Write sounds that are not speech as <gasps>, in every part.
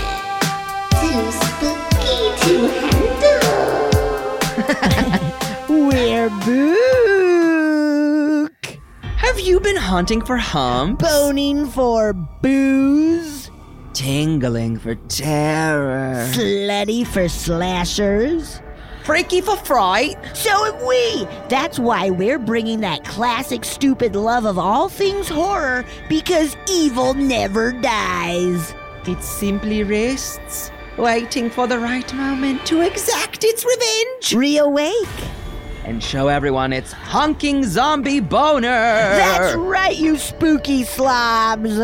Too spooky to handle. We're Book. Have you been hunting for hump? boning for booze, Tingling for terror. slutty for slashers. Freaky for fright. So have we. That's why we're bringing that classic stupid love of all things horror because evil never dies. It simply rests, waiting for the right moment to exact its revenge. Reawake. And show everyone its honking zombie boner. That's Uh. right, you spooky slobs.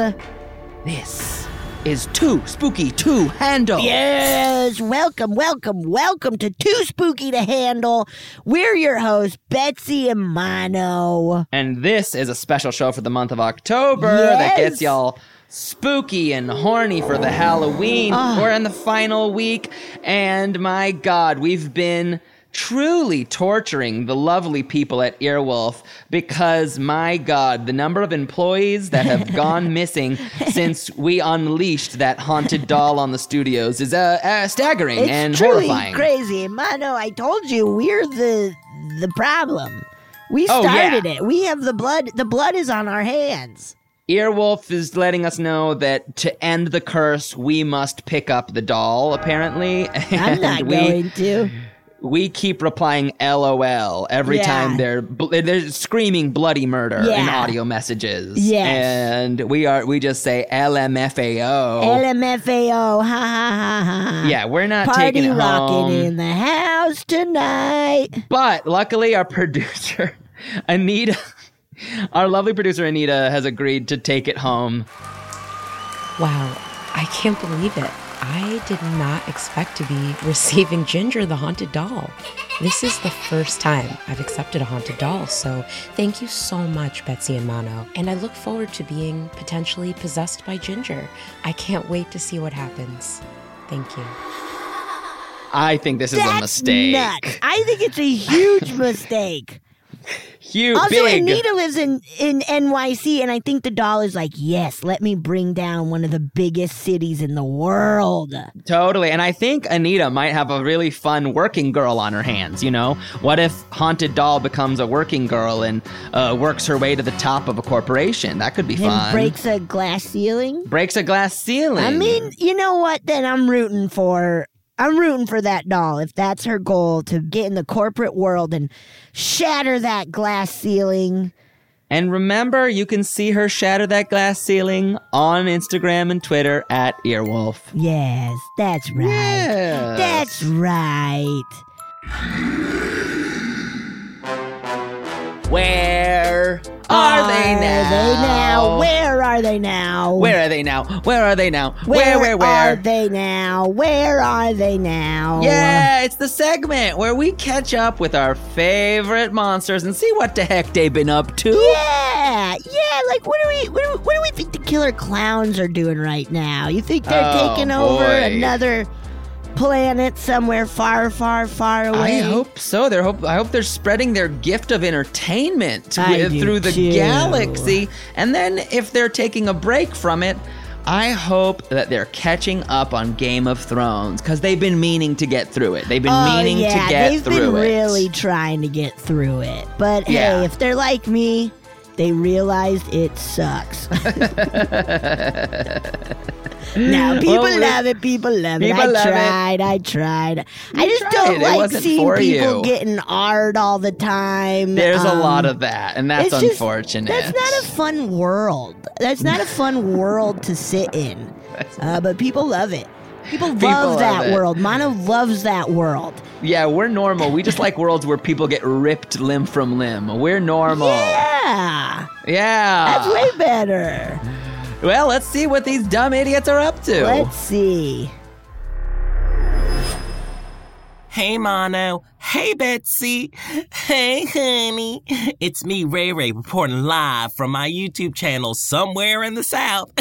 This is too spooky to handle. Yes, welcome, welcome, welcome to Too Spooky to Handle. We're your hosts, Betsy and Mono. And this is a special show for the month of October Yes. that gets y'all spooky and horny for the Halloween. Ah. We're in the final week, and my God, we've been truly torturing the lovely people at Earwolf because my God, the number of employees <laughs> that have gone missing since we unleashed that haunted doll on the studios is uh, uh, staggering It's and truly horrifying. crazy. Mono, I told you we're the the problem. We Oh, yeah. started it. We have the blood. The blood is on our hands. Earwolf is letting us know that to end the curse, we must pick up the doll, apparently. <laughs> I'm and not we, going to. We keep replying LOL every Yeah. time they're bl- they're screaming bloody murder in Yeah. audio messages. Yes. And we are we just say LMFAO. LMFAO. Ha ha ha ha. yeah, we're not taking Party it home. rocking in the house tonight. But luckily, our <laughs> producer, Anita, our lovely producer, Anita, has agreed to take it home. Wow, I can't believe it. I did not expect to be <laughs> receiving Ginger the Haunted Doll. This is the first time I've accepted a haunted doll, so thank you so much, Betsy and Mono. And I look forward to being potentially possessed by Ginger. I can't wait to see what happens. Thank you. I think this is That's a mistake. nuts. I think it's a huge <laughs> mistake. Huge, Also, big. Anita lives in, in NYC, and I think the doll is like, yes, let me bring down one of the biggest cities in the world. Totally. And I think Anita might have a really fun working girl on her hands, you know? What if Haunted Doll becomes a working girl and uh, works her way to the top of a corporation? That could be And fun. breaks a glass ceiling. Breaks a glass ceiling. I mean, you know what? Then I'm rooting for. I'm rooting for that doll if that's her goal to get in the corporate world and shatter that glass ceiling. And remember, you can see her shatter that glass ceiling on Instagram and Twitter at Earwolf. Yes, that's right. Yes. That's right. Where are, they now? they now? Where are they now? Where are they now? Where are they now? Where, where, where? are they now? Where are they now? Yeah, it's the segment where we catch up with our favorite monsters and see what the heck they've been up to. Yeah, yeah. Like, what do we, what do, what do we think the killer clowns are doing right now? You think they're Oh, taking over boy. another planet somewhere far, far, far I away? hope so. They're hope I hope they're spreading their gift of entertainment I with- do through the too. galaxy. And then if they're taking a break from it, I hope that they're catching up on Game of Thrones because they've been meaning to get through it. They've been Oh, meaning yeah, to get they've through been it. really trying to get through it. But Yeah. hey, if they're like me, <laughs> they realized it sucks. No, people <laughs> Well, love it. People love it. people I love it. tried. I tried. I just tried don't it, it like wasn't seeing for people you. getting ard all the time. There's a lot Um, of that, and that's it's just- unfortunate. That's not a fun world. That's not a <laughs> fun world to sit in. Uh, but people love it. People love People love that it. world. Mono loves that world. yeah, we're normal. We just like worlds where people get ripped limb from limb. We're normal. Yeah. Yeah, Ah. that's way better. Well, let's see what these dumb idiots are up to. Let's see. Hey, Mono. Hey, Betsy. Hey, honey. <laughs> It's me, Ray Ray, reporting live from my YouTube channel somewhere in the South.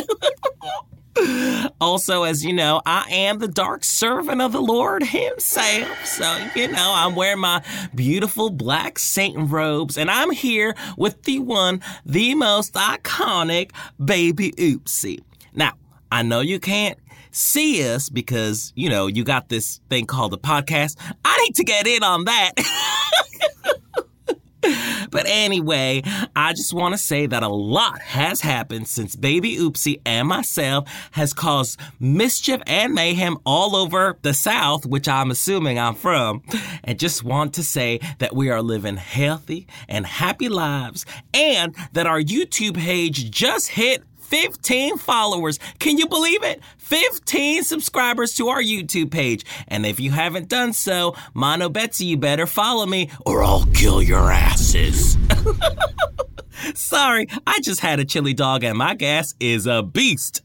<laughs> also, as you know, I am the dark servant of the Lord Himself. So, you know, I'm wearing my beautiful black Satan robes, and I'm here with the one, the most iconic Baby Oopsie. Now, I know you can't see us because, you know, you got this thing called a podcast. I need to get in on that. <laughs> But anyway, I just want to say that a lot has happened since Baby Oopsie and myself has caused mischief and mayhem all over the South, which I'm assuming I'm from. And just want to say that we are living healthy and happy lives and that our YouTube page just hit 15 followers. Can you believe it? 15 subscribers to our YouTube page. And if you haven't done so, Mono Betsy, you better follow me or I'll kill your asses. <laughs> Sorry, I just had a chili dog and my gas is a beast.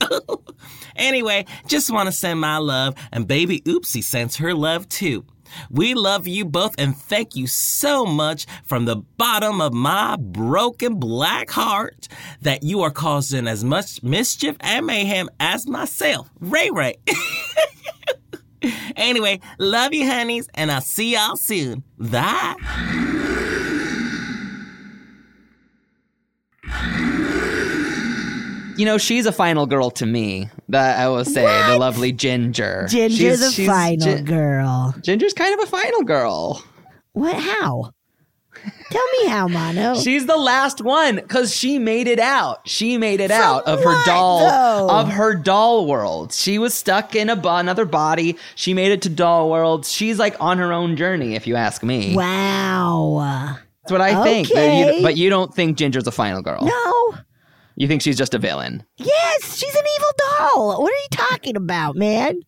<laughs> anyway, just want to send my love and baby Oopsie sends her love too. We love you both and thank you so much from the bottom of my broken black heart that you are causing as much mischief and mayhem as myself, Ray Ray. <laughs> anyway, love you, honeys, and I'll see y'all soon. Bye. You know, she's a final girl to me. That I will say, the lovely Ginger. Ginger She's- the she's- final Gi- girl. Ginger's kind of a final girl. What? How? Tell me how, Mono. <laughs> She's the last one because she made it out. She made it out of her what, doll though? of her doll world. She was stuck in a bo- another body. She made it to doll world. She's like on her own journey, if you ask me. wow. That's what I think. But you- Okay. but you don't think Ginger's a final girl. No. You think she's just a villain. Yes, she's an evil doll. What are you talking about, man?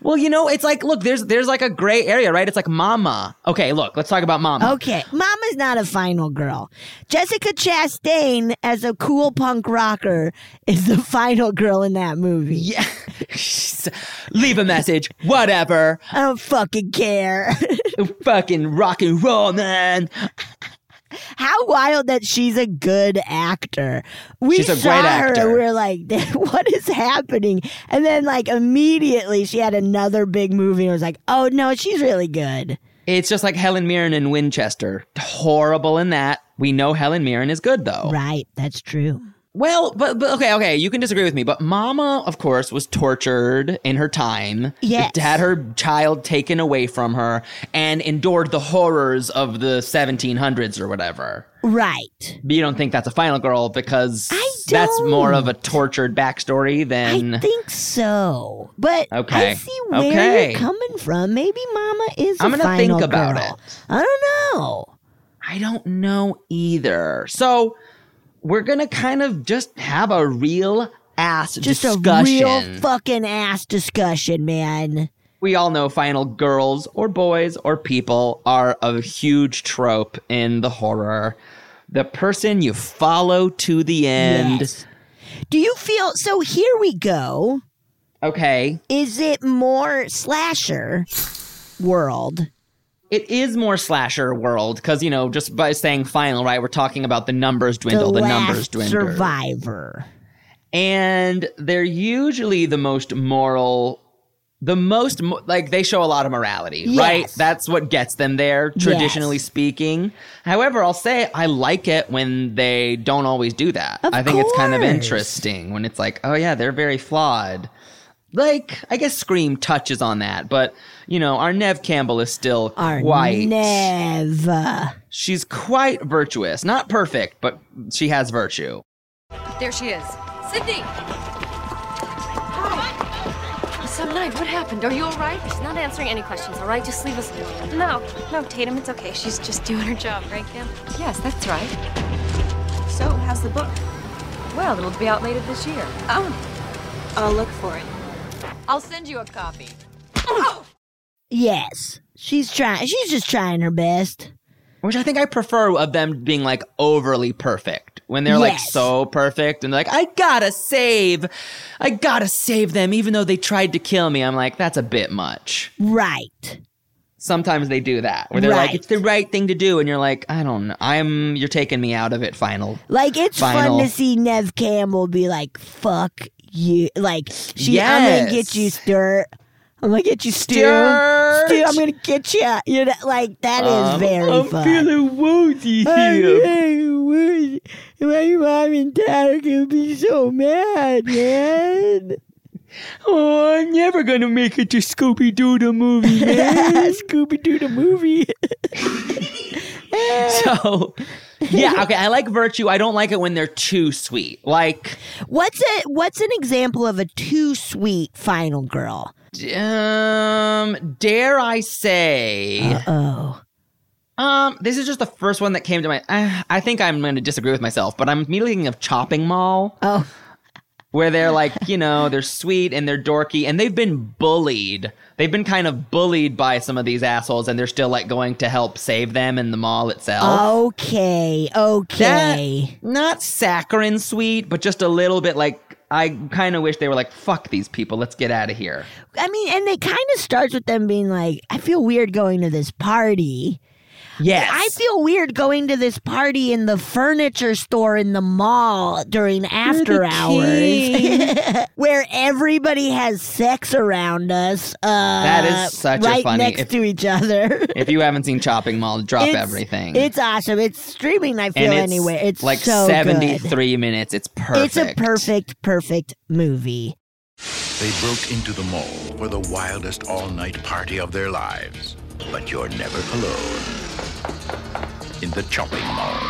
Well, you know, it's like look, there's there's like a gray area, right? It's like Mama. Okay, look, let's talk about Mama. Okay, Mama's not a final girl. Jessica Chastain, as a cool punk rocker, is the <laughs> final girl in that movie. Yeah. <laughs> Leave a message, whatever. I don't fucking care. <laughs> Fucking rock and roll, man. How wild that she's a good actor. We She's a saw great her actor. and we are like, <laughs> what is happening? And then, like, immediately she had another big movie and was like, oh no, she's really good. It's just like Helen Mirren in Winchester. Horrible in that. We know Helen Mirren is good though. Right, that's true. Well, but, but okay, okay, you can disagree with me, but Mama, of course, was tortured in her time. Yes. had her child taken away from her and endured the horrors of the 1700s or whatever. Right. But you don't think that's a final girl because I that's more of a don't. tortured backstory than I think so, but I Okay. see where Okay. you're coming from. Maybe Mama is. I'm a gonna think final about girl. it. I don't know. I don't know either. So we're gonna kind of just have a real ass Just discussion. a real fucking ass discussion, man. we all know final girls or boys or people are a huge trope in the horror. The person you follow to the end. Yes. Do you feel so? Here we go. Okay. Is it more slasher world? It is more slasher world because, you know, just by saying final, right, we're talking about the numbers dwindle, the, last numbers dwindle. survivor. and they're usually the most moral the most mo- like they show a lot of morality right Yes. that's what gets them there traditionally Yes. speaking however i'll say i like it when they don't always do that Of i think it's kind of course. interesting when it's like oh yeah they're very flawed like i guess scream touches on that but you know our nev campbell is still Our white Nev. she's quite virtuous not perfect but she has virtue There she is. Sydney! Hi. some night. What happened? Are you all right? She's not answering any questions, all right? Just leave us alone. No, no, Tatum, it's okay. She's just doing her job, right, Kim? Yes, that's right. So, how's the book? Well, it'll be out later this year. Oh, I'll look for it. I'll send you a copy. Oh. Yes, she's trying. She's just trying her best. Which I think I prefer of them being like overly perfect. When they're like Yes. so perfect and like, I gotta save, I gotta save them, even though they tried to kill me. I'm like, that's a bit much. Right. Sometimes they do that where they're like, Right. it's the right thing to do. And you're like, I don't know. I'm, you're taking me out of it, final. Like it's Final. fun to see Nev Campbell be like, "Fuck you!" Like she, I'm gonna get you, Yes. Sturt. I'm gonna get you, Stu. Sturt. Stu, I'm gonna get you. You know, like that is Um, very I'm fun. feeling woozy here. <laughs> My mom and dad are gonna be so mad, man. Oh, I'm never gonna make it to Scooby Doo <laughs> the movie, <laughs> Scooby Doo the movie. so, yeah, okay. I like virtue. I don't like it when they're too sweet. Like, What's a what's an example of a too sweet final girl? um, dare I say? Oh, Um, this is just the first one that came to my. uh, I, I think I'm going to disagree with myself, but I'm immediately thinking of Chopping Mall, oh, where they're like, <laughs> you know, they're sweet and they're dorky, and they've been bullied. They've been kind of bullied by some of these assholes, and they're still like going to help save them in the mall itself. okay, okay. Not saccharine sweet, but just a little bit like I kind of wish they were like, fuck these people, let's get out of here. I mean, and it kind of starts with them being like, "I feel weird going to this party." Yes, I feel weird going to this party in the furniture store in the mall during after hours <laughs> where everybody has sex around us. Uh, that is such a right funny- next if- to each other. <laughs> If you haven't seen Chopping Mall, drop It's- everything. It's awesome. It's streaming, I feel, and it's anyway. It's like so good. 73 minutes. It's It's perfect. a perfect, perfect movie. They broke into the mall for the wildest all night party of their lives. But you're never alone. In the chopping mall.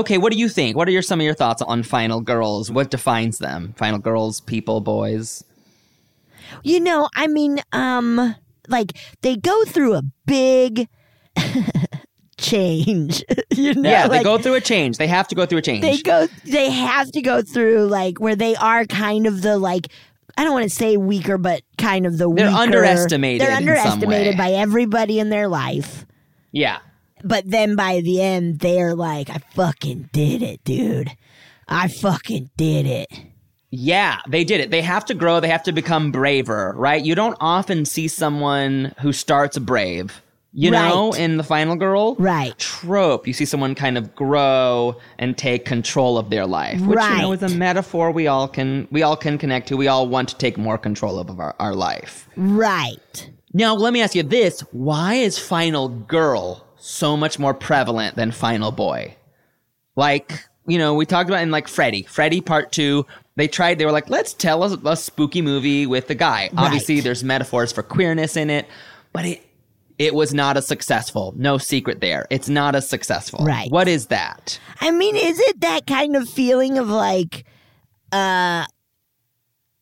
Okay, what do you think? What are your some of your thoughts on Final Girls? What defines them? Final Girls, people, boys. You know, I mean, um, like they go through a big <laughs> change. <laughs> you know, yeah, they like, go through a change. They have to go through a change. they go they have to go through like where they are kind of the like I don't want to say weaker, but kind of the They're weaker- underestimated They're in some underestimated by way. everybody in their life. yeah. But then by the end, they're like, I fucking did it, dude. I fucking did it. Yeah, they did it. They have to grow. They have to become braver, right? You don't often see someone who starts brave, you know, Right. in the final girl Right. trope. You see someone kind of grow and take control of their life, which you know Right. is a metaphor we all can we all can connect to. We all want to take more control of our, our life. Right. Now, let me ask you this: Why is final girl so much more prevalent than final boy? Like, you know, we talked about in like Freddy, Freddy Part Two. They tried. They were like, let's tell a, a spooky movie with a guy. Obviously, there's metaphors for queerness in it, but it it was not as successful. No secret there. It's not as successful. Right. What is that? I mean, is it that kind of feeling of like, uh,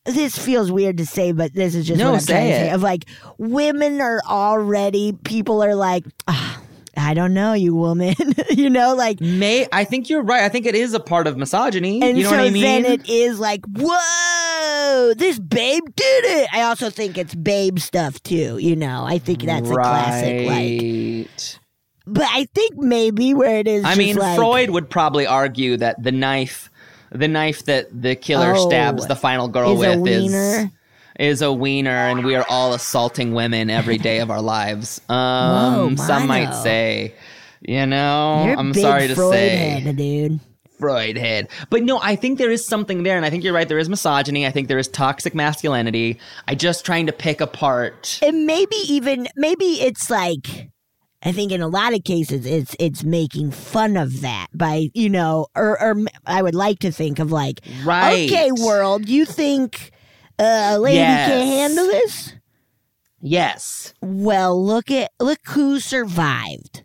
this feels weird to say, but this is just No, what I'm say trying to say. it. Of like, women are already, people are like, "Ah, I don't know, you woman. <laughs> you know, like, May I think you're right. I think it is a part of misogyny. and you know so what I mean? then it is like, whoa, this babe did it. I also think it's babe stuff too. You know, I think that's a classic. Like, Right. but I think maybe where it is, I just mean, like, Freud would probably argue that the knife, the knife that the killer Oh, stabs the final girl is a with is wiener. is a wiener, and we are all assaulting women every day of our lives. <laughs> Whoa, Um, some might Milo. say, you know, You're a Oh, I'm big sorry to Freud say, head, dude. Freud head. But no, I think there is something there, and I think you're right. There is misogyny. I think there is toxic masculinity. I just trying to pick apart. and maybe even maybe it's like I think in a lot of cases it's it's making fun of that by you know or or m- I would like to think of like Right. okay world you think uh, a lady Yes. can't handle this Yes. well look at look who survived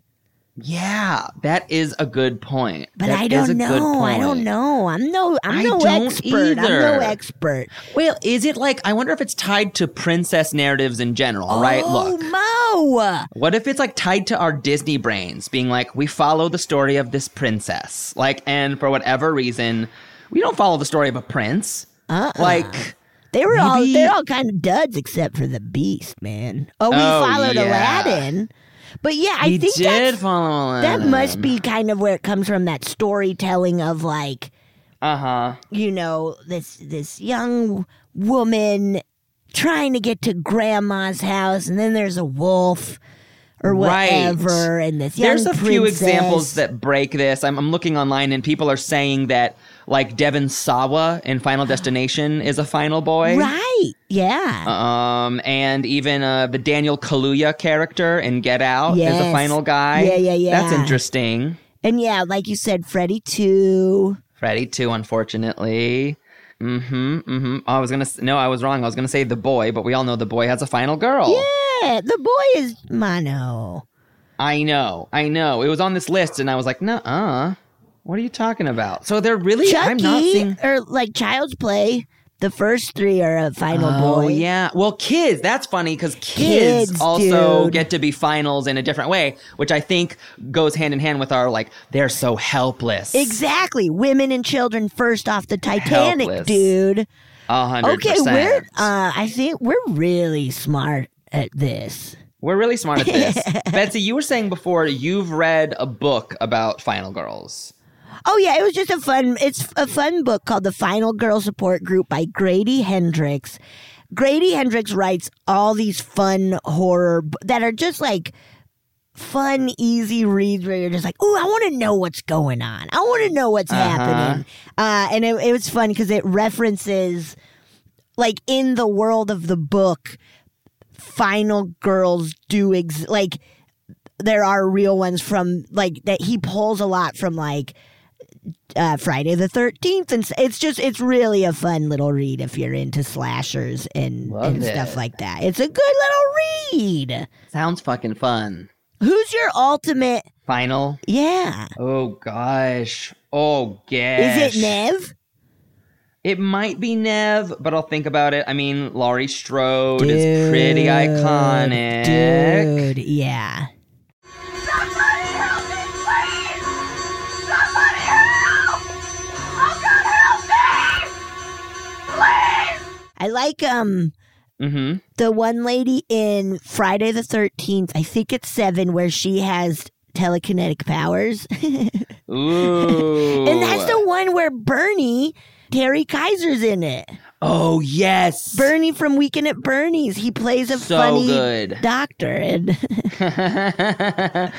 Yeah, that is a good point. But That I is a don't good know. I point. don't know. I'm no. I'm I no don't expert. I'm no either. expert. Well, is it like I wonder if it's tied to princess narratives in general, right? Oh, Look. Mo. What if it's like tied to our Disney brains being like we follow the story of this princess. Like and for whatever reason, we don't follow the story of a prince. Uh-uh. Like They were all Maybe- they're all kind of duds except for the beast, man. Oh, we Oh, followed yeah. Aladdin. But yeah, I we think did that's, follow that must be kind of where it comes from that storytelling of like, Uh-huh. you know, this this young woman trying to get to grandma's house and then there's a wolf or Right. whatever and this young There's a few princess. examples that break this. I'm, I'm looking online and people are saying that like Devon Sawa in <gasps> Final Destination is a final boy. Right. Yeah. Um, and even uh, the Daniel Kaluuya character in Get Out is the Yes. final guy. Yeah, yeah, yeah. That's interesting. and yeah, like you said, Freddy too. Freddy too, unfortunately. Mm-hmm. Mm-hmm. I was gonna s- no, I was wrong. I was gonna say the boy, but we all know the boy has a final girl. Yeah, the boy is mono. I know, I know. It was on this list, and I was like, nuh-uh. What are you talking about? So they're really I'm not Chucky seeing or like Child's Play. The first three are a final Oh boy. yeah. Well, kids. That's funny because kids, Kids, also dude. get to be finals in a different way, which I think goes hand in hand with our like they're so helpless. Exactly. Women and children first off the Titanic, Helpless. dude. A hundred Okay, percent. we're uh I think we're really smart at this. We're really <laughs> smart at this. Betsy, you were saying before you've read a book about Final Girls. Oh yeah, it was just a fun it's a fun book called The Final Girl Support Group by Grady Hendrix. Grady Hendrix writes all these fun horror b- that are just like fun, easy reads where you're just like, "Ooh, I want to know what's going on. I want to know what's Uh-huh. happening." Uh, and it, it was fun because it references, like, in the world of the book, final girls do ex- like there are real ones from like that he pulls a lot from like uh, Friday the Thirteenth, and s- it's just it's really a fun little read if you're into slashers and, Love and stuff it. like that. It's a good little read. Sounds fucking fun. Who's your ultimate? Final. Yeah. Oh gosh. Oh Is gosh. it Nev? It might be Nev, but I'll think about it. I mean, Laurie Strode is pretty iconic. Dude, yeah. I like um Mm-hmm. the one lady in Friday the 13th, I think it's 7 where she has telekinetic powers. <laughs> Ooh. and that's the one where Bernie Terry Kaiser's in it. Oh yes. Bernie from Weekend at Bernie's. He plays a So funny good. doctor and <laughs>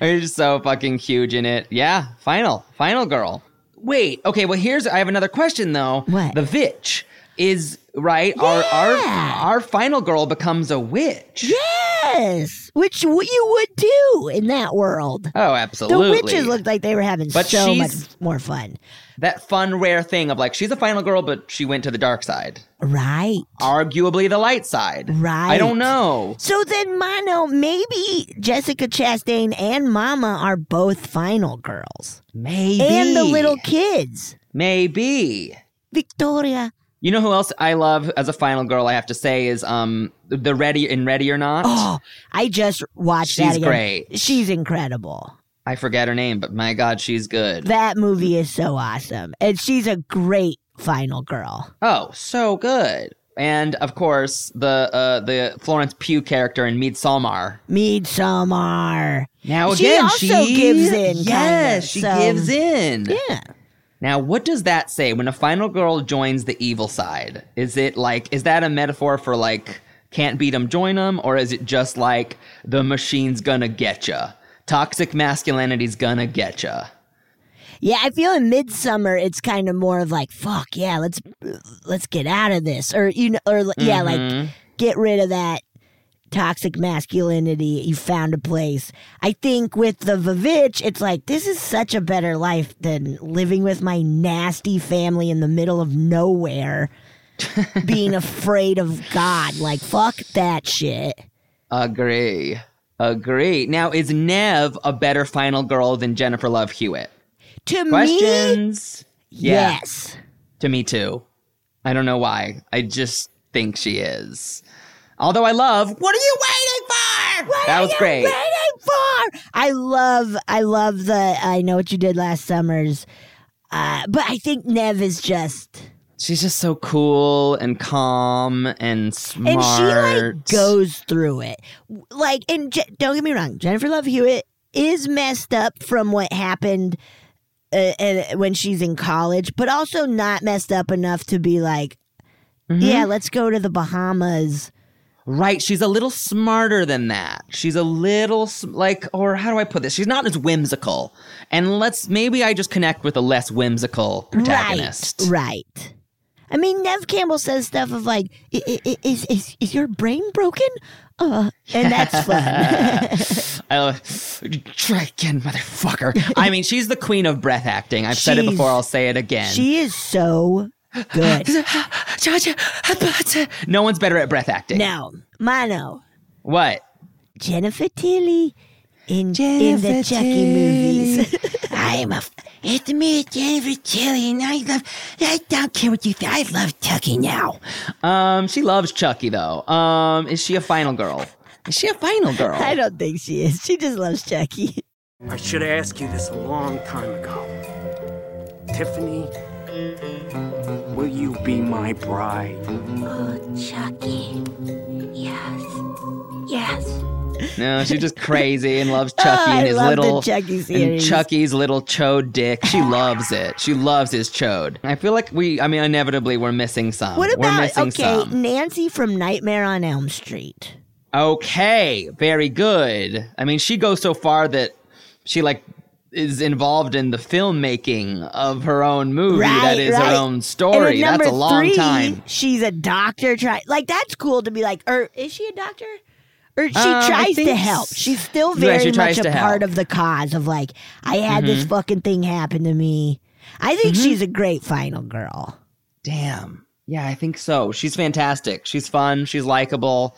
You're just so fucking huge in it. Yeah, final, final girl. Wait, okay. Well, here's I have another question though. What? the witch is right? Our our Yeah. our final girl becomes a witch. Yes, which w- you would do in that world. Oh, The absolutely. witches looked like they were having But so much she's- more fun. that fun, rare thing of like she's a final girl, but she went to the dark side, Right. arguably the light side. Right. I don't know. So then, Mono, maybe Jessica Chastain and Mama are both final girls. Maybe And the little kids. maybe. Victoria. You know who else I love as a final girl? I have to say is um the ready in Ready or Not. Oh, I just watched that She's again. great. She's incredible. I forget her name, but my God, she's good. That movie is so awesome. And she's a great final girl. oh, so good. And of course, the uh, the Florence Pugh character in Midsommar. Midsommar. Now She again, also she gives in, Yes, kinda, she so- gives in. Yeah. Now, what does that say when a final girl joins the evil side? Is it like is that a metaphor for like can't beat 'em, join 'em, or is it just like the machine's gonna get ya? Toxic masculinity's gonna get ya. Yeah, I feel in midsummer it's kind of more of like, fuck yeah, let's let's get out of this, or you know, or yeah, Mm-hmm. like get rid of that toxic masculinity. You found a place. I think with the Vavitch, it's like this is such a better life than living with my nasty family in the middle of <laughs> nowhere, being afraid of God. Like fuck that shit. Agree. Agree. Now, is Nev a better final girl than Jennifer Love Hewitt? To me, Questions? Yeah. yes. To me too. I don't know why. I just think she is. Although I love. What are you waiting for? that was great. Waiting for. I love. I love the. I know what you did last summer's. Uh, but I think Nev is just, She's just so cool and calm and and smart. she like goes through it. Like, and Je- don't get me wrong, Jennifer Love Hewitt is messed up from what happened uh, uh, when she's in college, but also not messed up enough to be like, Mm-hmm. yeah, let's go to the Bahamas. Right. She's a little smarter than that. She's a little s- like, or how do I put this? She's not as whimsical. And let's maybe I just connect with a less whimsical protagonist. Right. Right. I mean, Nev Campbell says stuff of like, "I- I- I- "Is is is your brain broken?" Uh, and <laughs> that's fun. I, Oh, try again, motherfucker. I mean, she's the queen of breath acting. I've said it She's- before. I'll say it again. she is so good. no one's better at breath acting. now, Mono, What? Jennifer Tilly in in the Chucky movies. <laughs> I'm a. F- it's me, Jennifer Tilly, and I love. I don't care what you think. I love Chucky now. Um, she loves Chucky though. Um, is she a final girl? Is she a final girl? I don't think she is. She just loves Chucky. I should have asked you this a long time ago. Tiffany, will you be my bride? Chucky. Yes. Yes. No, she's just crazy <laughs> and loves Chucky Ah, I and his love the little Chucky and series. Chucky's little chode dick. She loves it. She loves his chode. I feel like we. I mean, inevitably, we're missing some. What we're about missing okay, some. Nancy from Nightmare on Elm Street? Okay, very good. I mean, she goes so far that she like is involved in the filmmaking of her own movie that is her own And story. then That's number a long three, time. She's a doctor. Try like that's cool to be like, or is she a doctor? Or she Um, I tries to think help. s- She's still Yeah, very she tries much a to part help. Mm-hmm. of the cause of like, I had this fucking thing happen to me. I think she's a great final girl. Damn. Yeah, I think so. She's fantastic. She's fun. She's likable.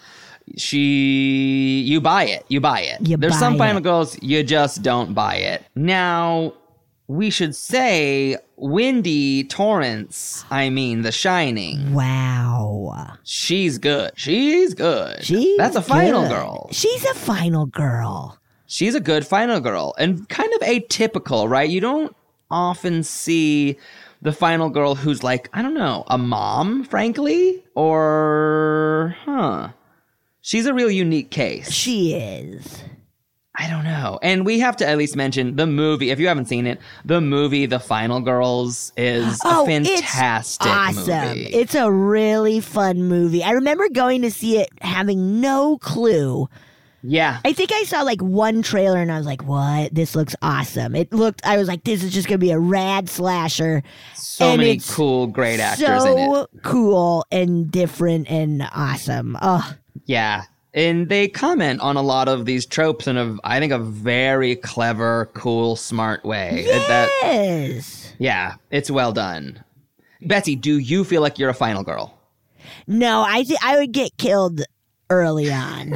She, you buy it. You buy it. You There's buy some final it. girls you just don't buy it. Now, we should say Wendy Torrance. I mean, The Shining. Wow. She's good. She's good. She's that's a final good. girl. She's a final girl. She's a good final girl and kind of atypical, right? You don't often see the final girl who's like, I don't know, a mom, frankly, or huh. She's a real unique case. She is. I don't know. And we have to at least mention the movie. If you haven't seen it, the movie The Final Girls is Oh, a fantastic it's awesome. movie. It's a really fun movie. I remember going to see it having no clue yeah. I think I saw like one trailer and I was like, "What? This looks awesome!" It looked. I was like, "This is just gonna be a rad slasher." So and many it's cool, great actors so in it. cool and different and awesome. Oh, Yeah. And they comment on a lot of these tropes in a, I think, a very clever, cool, smart way. It- that- yes. yeah, it's well done. Betsy, do you feel like you're a final girl? No, I thi- I would get killed early <laughs> on.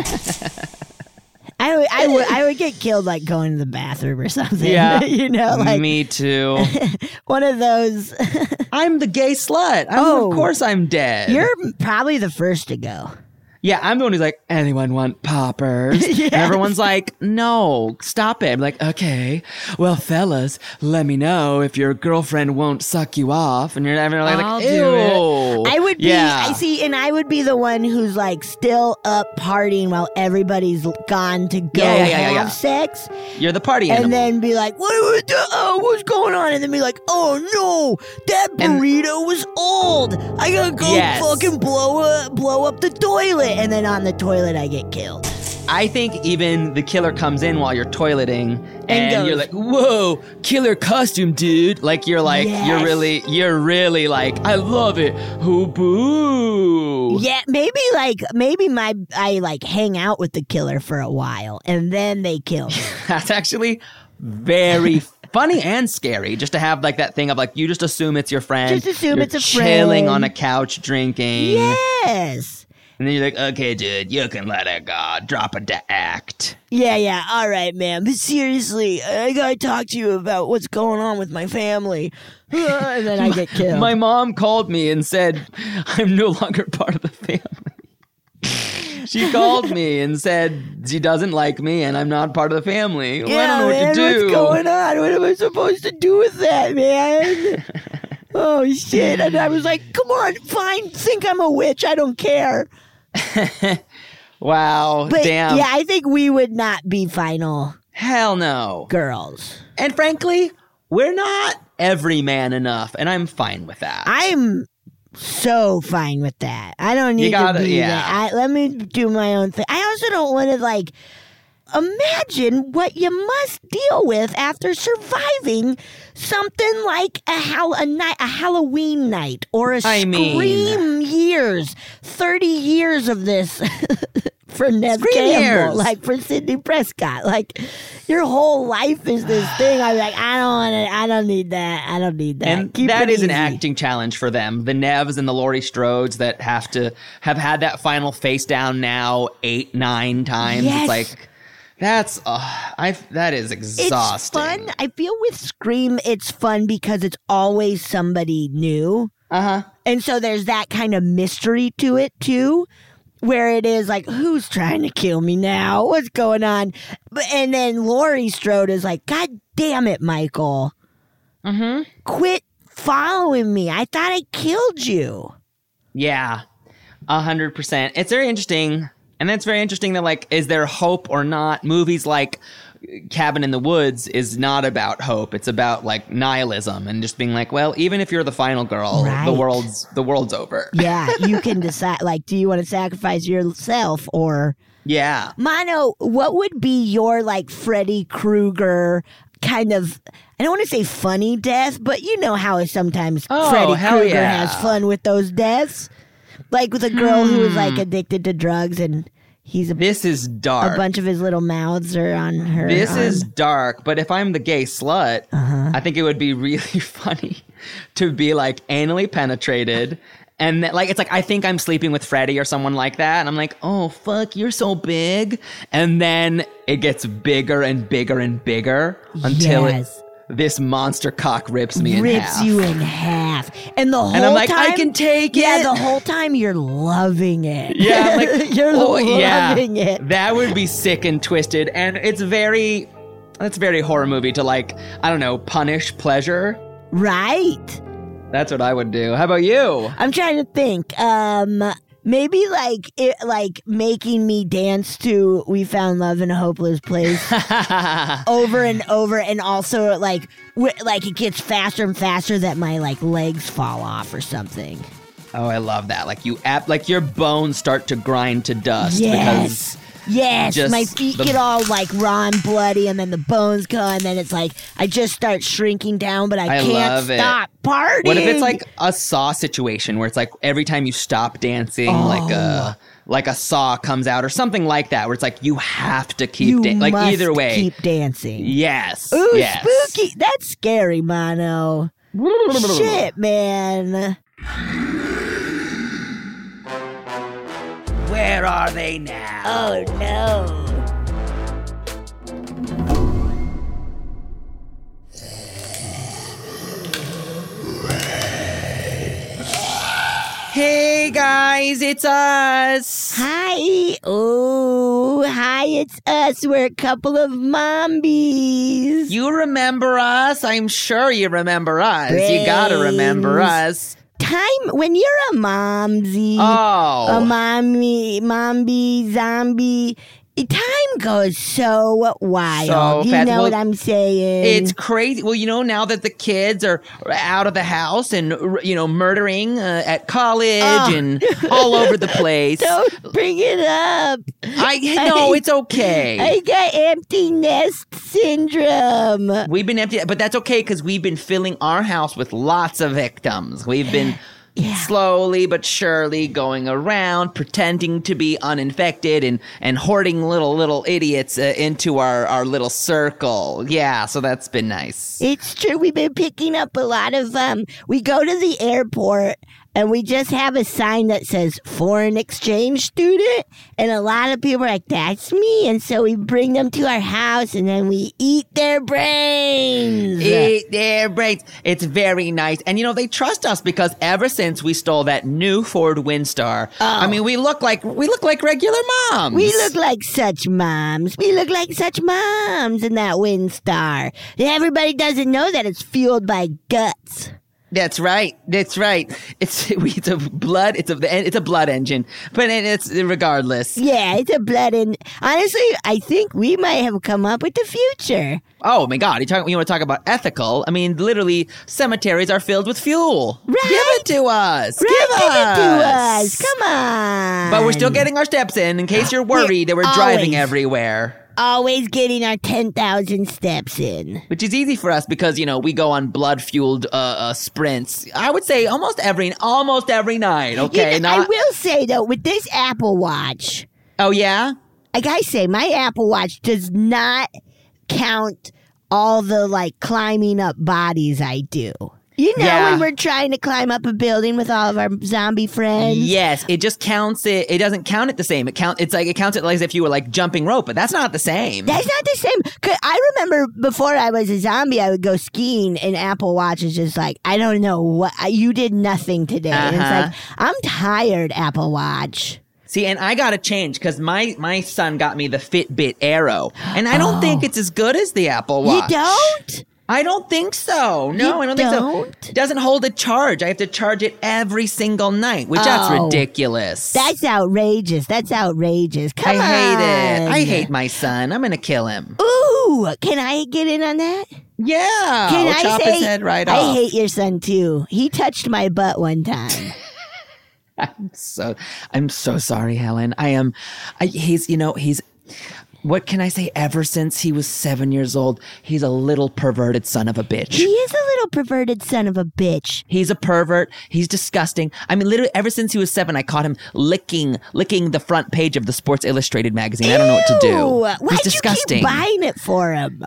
I would, I would I would get killed like going to the bathroom or something. Yeah. <laughs> you know, like <laughs> Me too. one of those. I'm the gay slut. I'm, Oh. Of course I'm dead. You're probably the first to go. yeah, I'm the one who's like, anyone <laughs> want poppers? And everyone's like, no, stop it. I'm like, okay, well, fellas, let me know if your girlfriend won't suck you off. And you're everyone like, I'll Ew. do it. I would be, Oh, Yeah. I see, and I would be the one who's like still up partying while everybody's l- gone to go Yeah, yeah, yeah, yeah, have yeah. sex, You're the party and animal. then be like, "What was the, oh, what's going on?" And then be like, "Oh no, that And- burrito was old. I gotta go Yes. fucking blow up, blow up the toilet." And then on the toilet, I get killed. I think even the killer comes in while you're toileting and, goes- you're like, "Whoa, killer costume, dude!" Like you're like Yes. you're really you're really like I love it. Hoo boo. Yeah, maybe like maybe my I like hang out with the killer for a while, and then they kill me. <laughs> That's actually very funny and scary. Just to have like that thing of like you just assume it's your friend. Just assume You're it's a chilling friend. Mm. on a couch drinking. Yes. And then you're like, okay, dude, you can let it go. Drop it to act. Yeah, yeah. All right, man. But seriously, I gotta talk to you about what's going on with my family. <laughs> and then I get killed. My mom called me and said, I'm no longer part of the family. <laughs> she called me and said she doesn't like me and I'm not part of the family. Well, I don't know man, what to do. What's going on? What am I supposed to do with that, <laughs> man? oh shit! And I was like, "Come on, fine. Think I'm a witch. I don't care." Wow. But damn. yeah, I think we would not be final Hell no. girls. And frankly, we're not every man enough, and I'm fine with that. I'm so fine with that. I don't You need gotta- to be yeah. that. I, let me do my own thing. I also don't want to like imagine what you must deal with after surviving something like a hal- a night a Halloween night or a I mean- scream years, thirty years of this. <laughs> For Nev Scream Campbell, years. like for Sidney Prescott, like your whole life is this thing. I'm like, I don't want to, I don't need that, I don't need that. and Keep that it is an easy. acting challenge for them. The Nevs and the Laurie Strodes that have to have had that final face down now eight, nine times. Yes. It's like that's uh, I that is exhausting. It's fun. I feel with Scream, it's fun because it's always somebody new. Uh huh. And so there's that kind of mystery to it, too, where it is like, who's trying to kill me now? What's going on? But, and then Laurie Strode is like, God damn it, Michael. Mm-hmm. Quit following me. I thought I killed you. Yeah, a hundred percent. It's very interesting, and that's very interesting. That like, is there hope or not? Movies like Cabin in the Woods is not about hope. It's about like nihilism and just being like, well, even if you're the final girl, Right. the world's the world's over. Yeah, you can decide. Like, do you want to sacrifice yourself or. Yeah. Mono, what would be your like Freddy Krueger kind of? I don't want to say funny death, but you know how sometimes Oh, Freddy hell Krueger yeah. has fun with those deaths, like with a girl who was like addicted to drugs and he's a, Hmm. This is dark. a bunch of his little mouths are on her. this arm. is dark, but if I'm the gay slut, Uh-huh. I think it would be really <laughs> funny to be like anally penetrated. And that, like, it's like, I think I'm sleeping with Freddie or someone like that. And I'm like, oh, fuck, you're so big. And then it gets bigger and bigger and bigger until Yes. it, this monster cock rips me in rips half. you in half, and the whole and I'm like, time I can take yeah, it. the whole time you're loving it. Yeah, I'm like <laughs> you're oh, loving yeah. it. That would be sick and twisted, and it's very, that's very horror movie to like, I don't know, punish pleasure. right. That's what I would do. How about you? I'm trying to think. Um, maybe like it, like making me dance to "We Found Love in a Hopeless <laughs> Place" over and over, and also like w- like it gets faster and faster that my like legs fall off or something. Oh, I love that. Like you app, like your bones start to grind to dust Yes. Yes, just my feet the- get all like raw and bloody, and then the bones go, and then it's like I just start shrinking down, but I, I can't love it. stop partying. because what if it's like a saw situation where it's like every time you stop dancing, like a like a saw comes out or something like that, where it's like you have to keep you dan- like must either way. keep dancing? yes. Ooh, yes. spooky. That's scary, Mono. Shit, man. Where are they now? Oh, no. Hey guys, it's us. Hi. Oh, hi. It's us. We're a couple of mombies. You remember us? I'm sure you remember us. You gotta remember us. Time when you're a momsy, Oh, a mommy, momby, zombie, time goes so wild. So you fast. know Well, what I'm saying? it's crazy. Well, you know, now that the kids are out of the house and r- you know murdering uh, at college and all over the place, Don't bring it up. I no, it's okay. I got empty nest syndrome. We've been empty, but that's okay because we've been filling our house with lots of victims. We've been slowly but surely going around pretending to be uninfected and and hoarding little little idiots uh, into our our little circle. Yeah, so that's been nice. It's true. We've been picking up a lot of um. We go to the airport and we just have a sign that says foreign exchange student. And a lot of people are like, that's me. And so we bring them to our house and then we eat their brains. Eat their brains. It's very nice. And you know, they trust us because ever since we stole that new Ford Windstar, I mean we look like we look like regular moms. Oh. We look like such moms. We look like such moms in that Windstar. Everybody doesn't know that it's fueled by guts. That's right. That's right. It's <laughs> it's a blood. It's a it's a blood engine. But it, it's regardless. Yeah, it's a blood and honestly, I think we might have come up with the future. Oh my God! You talk, you want to talk about ethical? I mean, literally, cemeteries are filled with fuel. Give it to us. Right, Give, give it to us. us. Come on. But we're still getting our steps in, in case you're worried that we're <gasps> driving always- everywhere, always getting our 10,000 steps in. which is easy for us because you know we go on blood fueled uh, uh, sprints. I would say almost every almost every night. Okay, You know, I not will say though, with this Apple Watch, oh yeah. like I say, my Apple Watch does not count all the like climbing up bodies I do. You know, Yeah. when we're trying to climb up a building with all of our zombie friends. Yes, it just counts it. It doesn't count it the same. It count. It's like it counts it like as if you were like jumping rope, but that's not the same. That's not the same. 'Cause I remember before I was a zombie, I would go skiing, and Apple Watch is just like, I don't know what I- you did nothing today. And it's Uh-huh. like, I'm tired, Apple Watch. See, and I gotta change because my my son got me the Fitbit Arrow, and <gasps> I don't think it's as good as the Apple Watch. You don't? I don't think so. No, You I don't, think so. don't? It doesn't hold a charge. I have to charge it every single night, which that's Oh. ridiculous. That's outrageous. That's outrageous. I Come hate it. on. I hate my son. I'm gonna kill him. Ooh, can I get in on that? Yeah, Can I'll I Oh, chop say his head right I off. <laughs> hate your son too. He touched my butt one time. so I'm so sorry, Helen. I am. I, he's you know he's. What can I say? Ever since he was seven years old, he's a little perverted son of a bitch. he is a little perverted son of a bitch. He's a pervert. He's disgusting. I mean, literally, ever since he was seven, I caught him licking, licking the front page of the Sports Illustrated magazine. I don't know what to Ew, do. Why'd He's disgusting. you keep buying it for him?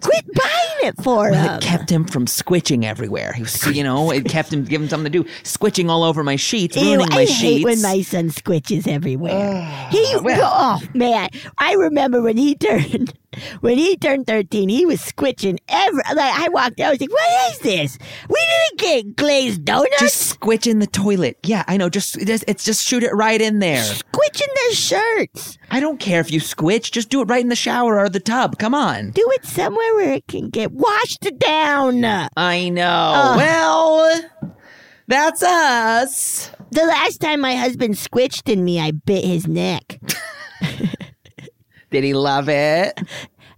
Quit buying it for Well, him. it kept him from squitching everywhere. He was, you know, it kept him, giving him something to do, squitching all over my sheets, Ew, ruining my I sheets. hate when my son squitches everywhere. he, oh man, I remember when he <laughs> turned, when he turned thirteen, he was squitching every. Like I walked, out, I was like, "What is this? We didn't get glazed donuts." just squitch in the toilet. Yeah, I know. Just, just it's just shoot it right in there. squitching their shirts. I don't care if you squitch. Just do it right in the shower or the tub. Come on. Do it somewhere where it can get washed down. The I know. well, that's us. last time my husband squitched in me, I bit his neck. Did he love it?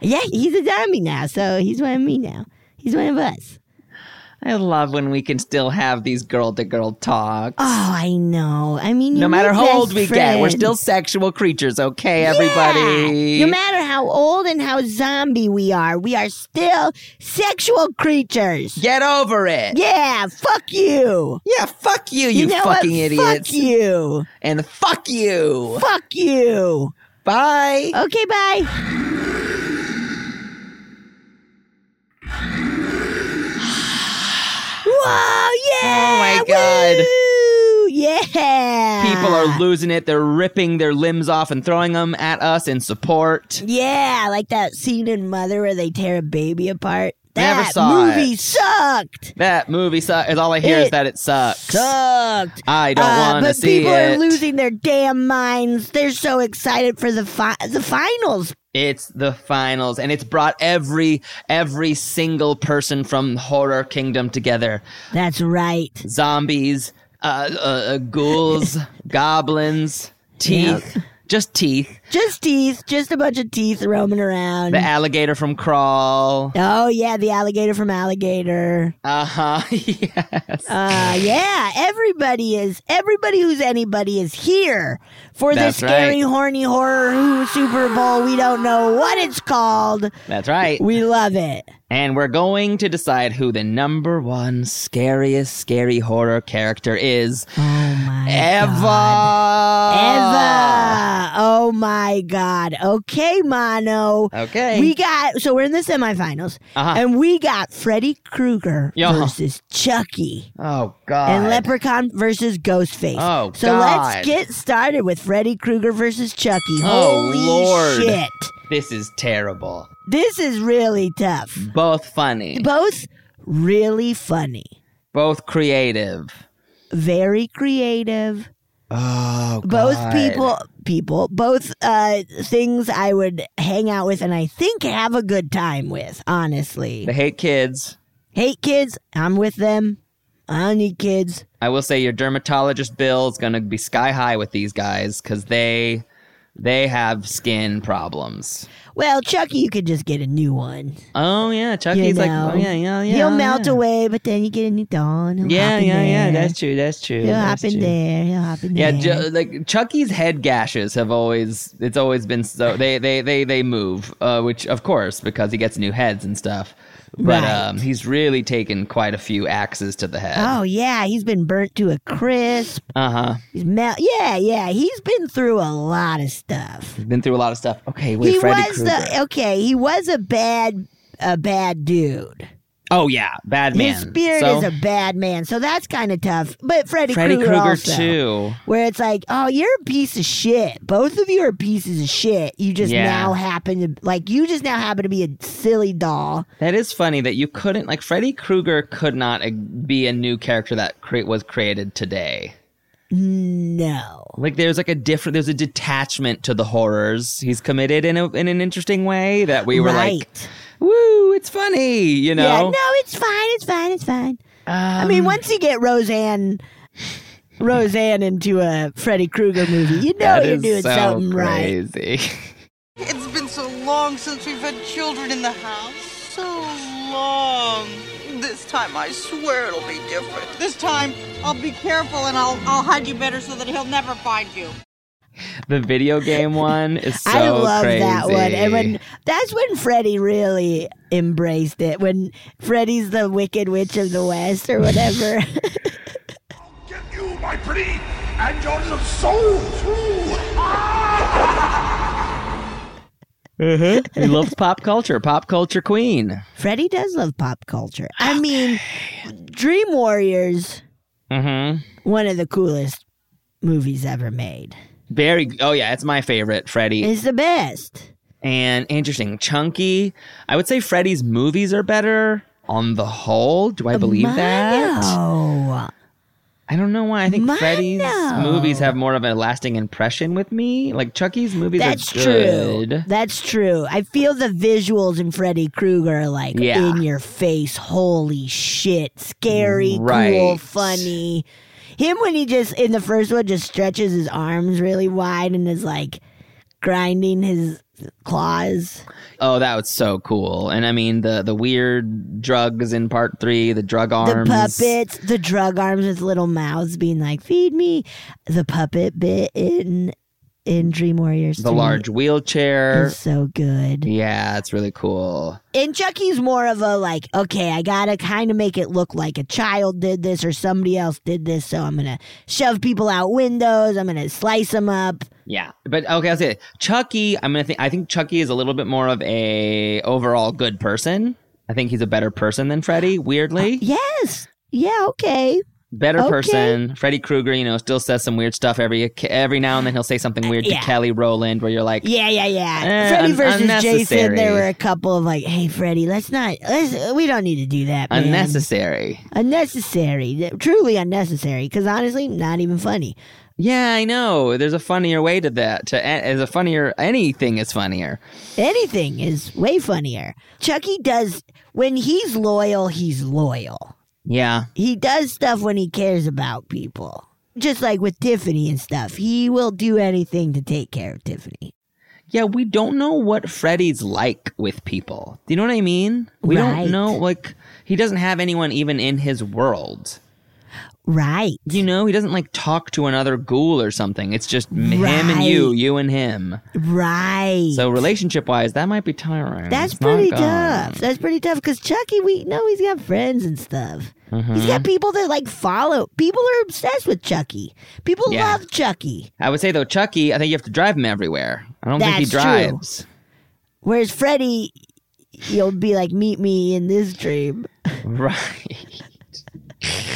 Yeah, he's a zombie now, so he's one of me now. He's one of us. I love when we can still have these girl to girl talks. Oh, I know. I mean, no you're matter my how old best we get, we're friend. still sexual creatures, okay, Yeah. everybody? No matter how old and how zombie we are, we are still sexual creatures. get over it. Yeah, fuck you. Yeah, fuck you, you, you know fucking what? idiots. Fuck you. And fuck you. Fuck Oh, you. Bye. Okay, bye. Whoa, yeah. Oh my God. woo, Yeah. People are losing it. They're ripping their limbs off and throwing them at us in support. Yeah, like that scene in Mother where they tear a baby apart. That Never saw movie it. sucked. That movie sucks. All I hear is It that it sucks. Sucked. I don't Uh, want to but see people it. are losing their damn minds. They're so excited for the fi- the finals. It's the finals, and it's brought every every single person from horror kingdom together. That's right. Zombies, uh, uh, <laughs> uh, ghouls, goblins, teeth, just teeth. Just teeth, just a bunch of teeth roaming around. The alligator from Crawl. oh yeah, the alligator from Alligator. Uh huh. <laughs> yes. Uh, yeah, everybody is everybody who's anybody is here for That's this scary, horny horror who Super Bowl. We don't know what it's called. That's right. We love it. And we're going to decide who the number one scariest scary horror character is. Oh my ever. Eva. Oh my God. Okay, Mono. Okay. We got, so we're in the semifinals, Uh-huh. and we got Freddy Krueger Yeah. versus Chucky. Oh God. And Leprechaun versus Ghostface. Oh, so God. let's get started with Freddy Krueger versus Chucky. Oh Holy Lord. shit! This is terrible. This is really tough. Both funny. Both really funny, Both creative. very creative. Oh God. Both people, people, both uh, things I would hang out with and I think have a good time with. Honestly, They hate kids. hate kids. I'm with them. I don't need kids. I will say your dermatologist bill is gonna be sky high with these guys because they they have skin problems. Well, Chucky, you could just get a new one. Oh yeah, you Chucky's like know. oh yeah yeah yeah. He'll oh, melt yeah. away, but then you get a new dawn. He'll Yeah hop in yeah yeah. there. That's true. That's true. He'll that's hop in true. there. He'll hop in Yeah, there. ju- like Chucky's head gashes have always it's always been so they they they they move, uh, which of course because he gets new heads and stuff. But Right. um, he's really taken quite a few axes to the head. oh yeah, he's been burnt to a crisp. Uh huh. He's melt. Yeah, yeah, he's been through a lot of stuff. He's been through a lot of stuff. Okay, wait, he Freddy was Krueger. the okay. He was a bad, a bad dude. oh yeah, bad man. His spirit So, is a bad man, so that's kind of tough. But Freddy, Freddy Krueger Krueger also, too. where it's like, oh, you're a piece of shit. Both of you are pieces of shit. You just Yeah. now happen to like you just now happen to be a silly doll. That is funny that you couldn't like Freddy Krueger could not uh, be a new character that cre- was created today. No. Like there's like a different there's a detachment to the horrors he's committed in a, in an interesting way that we were right. like woo it's funny you know Um, Yeah, no, it's fine. It's fine. It's fine. I mean, once you get Roseanne, Roseanne into a Freddy Krueger movie, you know That you're is doing so something right. crazy. <laughs> It's been so long since we've had children in the house. So long. This time I swear it'll be different. This time I'll be careful and I'll I'll hide you better so that he'll never find you. the video game one is <laughs> so I love that one. crazy. And when that's when Freddy really embraced it. When Freddy's the Wicked Witch of the West or <laughs> whatever. You, my pretty, and your little soul, too. <laughs> he loves pop culture, pop culture queen. Freddy does love pop culture. I mean, Dream Warriors, Mm-hmm. one of the coolest movies ever made. Very oh yeah, it's my favorite, Freddy. It's the best. and interesting, chunky. I would say Freddy's movies are better on the whole. Do I believe that? Mono. I don't know why. I think Freddy's Mono. movies have more of a lasting impression with me. Like Chucky's movies That's are good. true. That's true. I feel the visuals in Freddy Krueger are like Yeah. in your face. Holy shit. Scary, cool, Right. funny. Him when he just in the first one just stretches his arms really wide and is like grinding his claws. Oh, that was so cool. And I mean the the weird drugs in part three, the drug arms. The puppets, the drug arms with little mouths being like, feed me. The puppet bit in in Dream Warriors. The 3 large wheelchair. is so good. Yeah, it's really cool. And Chucky's more of a like, okay, I gotta kind of make it look like a child did this or somebody else did this, so I'm gonna shove people out windows. I'm gonna slice them up. Yeah. But okay, I'll say Chucky, I'm gonna think I think Chucky is a little bit more of a overall good person. I think he's a better person than Freddy, weirdly. Yes, yeah, okay. Better okay. person. Freddy Krueger, you know, still says some weird stuff every every now and then he'll say something weird Yeah. to Kelly Rowland where you're like, Yeah, yeah, yeah. Eh, Freddy un- versus Jason. unnecessary. There were a couple of like, hey, Freddy, let's not. Let's. We don't need to do that. man. unnecessary. Unnecessary. Truly unnecessary. Because honestly, not even funny. Yeah, I know. There's a funnier way to that. To as a funnier anything is funnier. Anything is way funnier. Chucky does when he's loyal. He's loyal. Yeah. he does stuff when he cares about people. Just like with Tiffany and stuff, he will do anything to take care of Tiffany. Yeah, we don't know what Freddy's like with people. Do you know what I mean? We Right. don't know like he doesn't have anyone even in his world. Right. You know, he doesn't like talk to another ghoul or something. It's just him and you, Right. you and him. Right. So relationship wise, that might be tiring. That's It's not pretty gone. tough. That's pretty tough because Chucky, we know he's got friends and stuff. He's Mm-hmm. got people that like follow. People are obsessed with Chucky. People Yeah. love Chucky. I would say though, Chucky, I think you have to drive him everywhere. I don't think he That's true. drives. Whereas Freddy, you'll be like, meet me in this dream. <laughs> Right.